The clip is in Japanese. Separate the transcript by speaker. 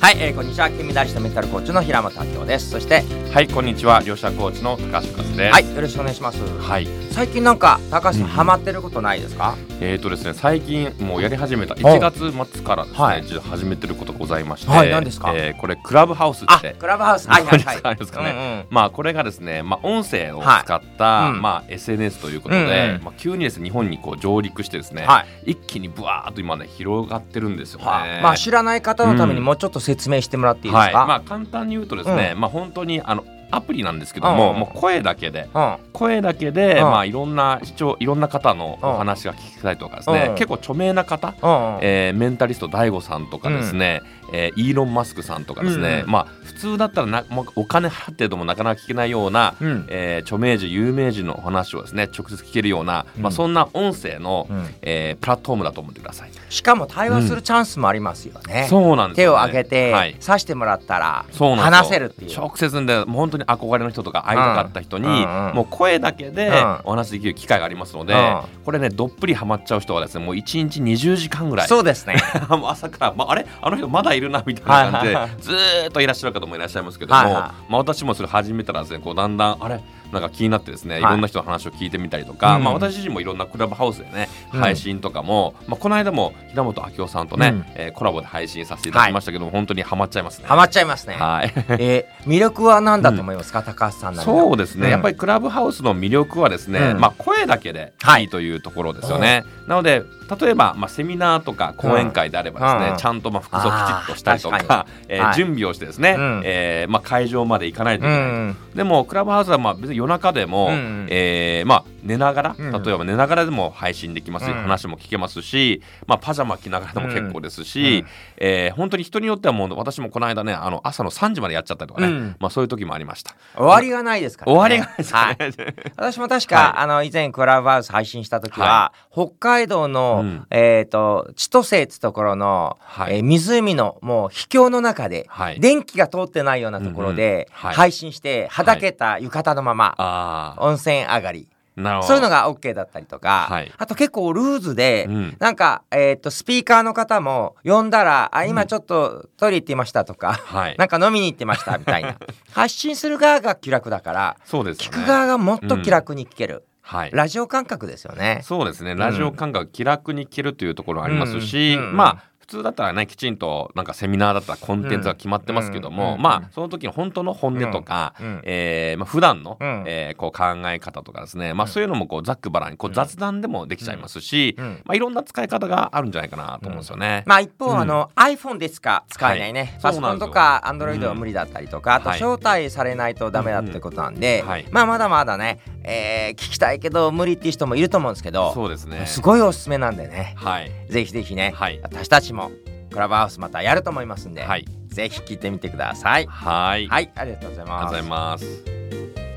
Speaker 1: はい、えー、こんにちは金メダリストメンタルコーチの平本明夫ですそして
Speaker 2: はい、こんにちは。両者コーチの高橋和です。
Speaker 1: はいよろしくお願いします
Speaker 2: はい。
Speaker 1: 最近なんか高橋さん
Speaker 2: うん
Speaker 1: ハマってることないですか、
Speaker 2: えっ、とですね、最近もうやり始めた
Speaker 1: はい
Speaker 2: 1月末からですね、
Speaker 1: はい
Speaker 2: ちょっと始めてることございまして、
Speaker 1: はい何ですか
Speaker 2: えーこれクラブハウス
Speaker 1: あ
Speaker 2: って、
Speaker 1: クラブハウスはいはいはい
Speaker 2: あれですかね
Speaker 1: うんうん
Speaker 2: まあこれがですね、まあ音声を
Speaker 1: はい
Speaker 2: 使った、
Speaker 1: うん
Speaker 2: まあ SNS ということで、
Speaker 1: うんうん
Speaker 2: まあ急にですね日本にこう上陸してですね、
Speaker 1: はい
Speaker 2: 一気にブワーっと今ね広がってるんですよね。
Speaker 1: はあまあ知らない方のために
Speaker 2: うん
Speaker 1: もうちょっと説明してもらっていいです
Speaker 2: はい。
Speaker 1: か、
Speaker 2: まあ簡単に言うとですね、まあ本当にあのアプリなんですけども、
Speaker 1: うん
Speaker 2: もう声だけで
Speaker 1: うん
Speaker 2: 声だけで、
Speaker 1: うん
Speaker 2: まあ、いろんな視聴いろんな方のお話が聞きたいとかですね、
Speaker 1: うん
Speaker 2: 結構著名な方、
Speaker 1: うんうん
Speaker 2: えーメンタリスト DAIGO さんとかですね、えーイーロン・マスクさんとかですね、
Speaker 1: うん
Speaker 2: まあ、普通だったらな、まあお金払ってでもなかなか聞けないような、
Speaker 1: うん
Speaker 2: えー著名人有名人のお話をですね直接聞けるような、
Speaker 1: うん
Speaker 2: まあ、そんな音声の、
Speaker 1: うん
Speaker 2: えープラットフォームだと思ってください。
Speaker 1: しかも対話するチャンスもありますよね、
Speaker 2: そうなんです
Speaker 1: 手
Speaker 2: よ
Speaker 1: を
Speaker 2: ね
Speaker 1: 挙げて、
Speaker 2: はい
Speaker 1: 刺してもらったら
Speaker 2: そうなんですよ
Speaker 1: 話せるっていう
Speaker 2: 直接でもう本当に憧れの人とか会いたかった人に、
Speaker 1: うんうん
Speaker 2: もう声だけで
Speaker 1: うん
Speaker 2: お話しできる機会がありますので、
Speaker 1: う
Speaker 2: これねどっぷりハマっちゃう人はですねもう1日20時間ぐらい
Speaker 1: そうですね
Speaker 2: も う朝から、まあ、あれあの人まだいるなみたいな感じで、
Speaker 1: はいはいはい
Speaker 2: ずーっといらっしゃる方もいらっしゃいますけども、
Speaker 1: はいはい
Speaker 2: まあ、私もそれ始めたらですねこうだんだんあれなんか気になってですね、
Speaker 1: い
Speaker 2: い、ろんな人の話を聞いてみたりとか、
Speaker 1: うん
Speaker 2: まあ、私自身もいろんなクラブハウスでね、
Speaker 1: うん
Speaker 2: 配信とかも、まあ、この間も平本明夫さんとね、
Speaker 1: うん
Speaker 2: えーコラボで配信させていただきましたけども、本当にハマっちゃいますね。
Speaker 1: ハマっちゃいますね、
Speaker 2: はい
Speaker 1: えー魅力は何だと思いますか、高橋さんなりの
Speaker 2: そうですね、
Speaker 1: うん
Speaker 2: やっぱりクラブハウスの魅力はですね、
Speaker 1: うん
Speaker 2: まあ、声だけで
Speaker 1: はい
Speaker 2: いいというところですよね、なので例えば、まあ、セミナーとか講演会であればですね、
Speaker 1: うん
Speaker 2: ちゃんとまあ服装きちっとしたりと
Speaker 1: あ
Speaker 2: か
Speaker 1: ー確か
Speaker 2: え
Speaker 1: はい
Speaker 2: ー準備をしてですね、
Speaker 1: うん
Speaker 2: えーまあ、会場まで行かないと
Speaker 1: う
Speaker 2: いけないと、
Speaker 1: ん
Speaker 2: でもクラブハウスはまあ別に夜中でも、
Speaker 1: うんうん
Speaker 2: えーまあ、寝ながら、
Speaker 1: うん
Speaker 2: 例えば寝ながらでも配信できますよ、
Speaker 1: うん
Speaker 2: 話も聞けますし、まあ、パジャマ着ながらでも結構ですし、
Speaker 1: うん
Speaker 2: えー本当に人によってはもう私もこの間ねあの朝の3時までやっちゃったりとかね、
Speaker 1: うん
Speaker 2: まあ、そういう時もありました。
Speaker 1: 終わりがないですから、
Speaker 2: 終わりがないですよ
Speaker 1: は
Speaker 2: ね
Speaker 1: い、私も確か、
Speaker 2: はい
Speaker 1: あの以前クラブハウス配信した時は、北海道の、
Speaker 2: うん
Speaker 1: えっ、と千歳ってところの、
Speaker 2: はい
Speaker 1: えー湖のもう秘境の中で、
Speaker 2: はい
Speaker 1: 電気が通ってないようなところで、
Speaker 2: うんうんはい
Speaker 1: 配信してはだけた浴衣のまま、
Speaker 2: あ
Speaker 1: 温泉上がり
Speaker 2: あ、なるほど。
Speaker 1: そういうのが OK だったりとか、
Speaker 2: はい
Speaker 1: あと結構ルーズで、
Speaker 2: うん
Speaker 1: なんか、えー、とスピーカーの方も呼んだら「あ今ちょっとトイレ行ってました」とか、
Speaker 2: はい。
Speaker 1: なんか飲みに行ってましたみた いな発信する側が気楽だから
Speaker 2: そうです
Speaker 1: 聞
Speaker 2: よね。
Speaker 1: く側がもっと気楽に聞ける、
Speaker 2: はい。
Speaker 1: ラジオ感覚ですよね。
Speaker 2: そうですね。ラジオ感覚気楽に聞けるというところありますし、
Speaker 1: うんうん
Speaker 2: まあ。普通だったらねきちんとなんかセミナーだったらコンテンツが決まってますけど
Speaker 1: うんうん
Speaker 2: も、
Speaker 1: うん
Speaker 2: まあその時の本当の本音とか、
Speaker 1: うんうん
Speaker 2: えーまあ普段の、
Speaker 1: うん
Speaker 2: えーこう考え方とかですね、まあそういうのもこうざっくばらんにこう雑談でもできちゃいますし、
Speaker 1: うん
Speaker 2: まあいろんな使い方があるんじゃないかなと思うんですよね。
Speaker 1: まあ一方、
Speaker 2: うん
Speaker 1: あの iPhone でしか使えないね、パ
Speaker 2: は
Speaker 1: ソ
Speaker 2: いそ
Speaker 1: コ
Speaker 2: うな
Speaker 1: ン
Speaker 2: んで
Speaker 1: と
Speaker 2: すよ
Speaker 1: か Android は無理だったりとか、
Speaker 2: は
Speaker 1: あ
Speaker 2: い
Speaker 1: と招待されないとダメだってことなんで、
Speaker 2: うんはい
Speaker 1: まあまだまだね、えー聞きたいけど無理っていう人もいると思うんですけど
Speaker 2: そうですね。
Speaker 1: すごいおすすめなんでね
Speaker 2: はい
Speaker 1: ぜひぜひね、
Speaker 2: はい
Speaker 1: 私たちもクラブハウスまたやると思いますんで、
Speaker 2: はい
Speaker 1: ぜひ聞いてみてください。
Speaker 2: はい。
Speaker 1: はい、ありがとうござい
Speaker 2: ありがとう
Speaker 1: ま
Speaker 2: ござ
Speaker 1: す
Speaker 2: い。ます。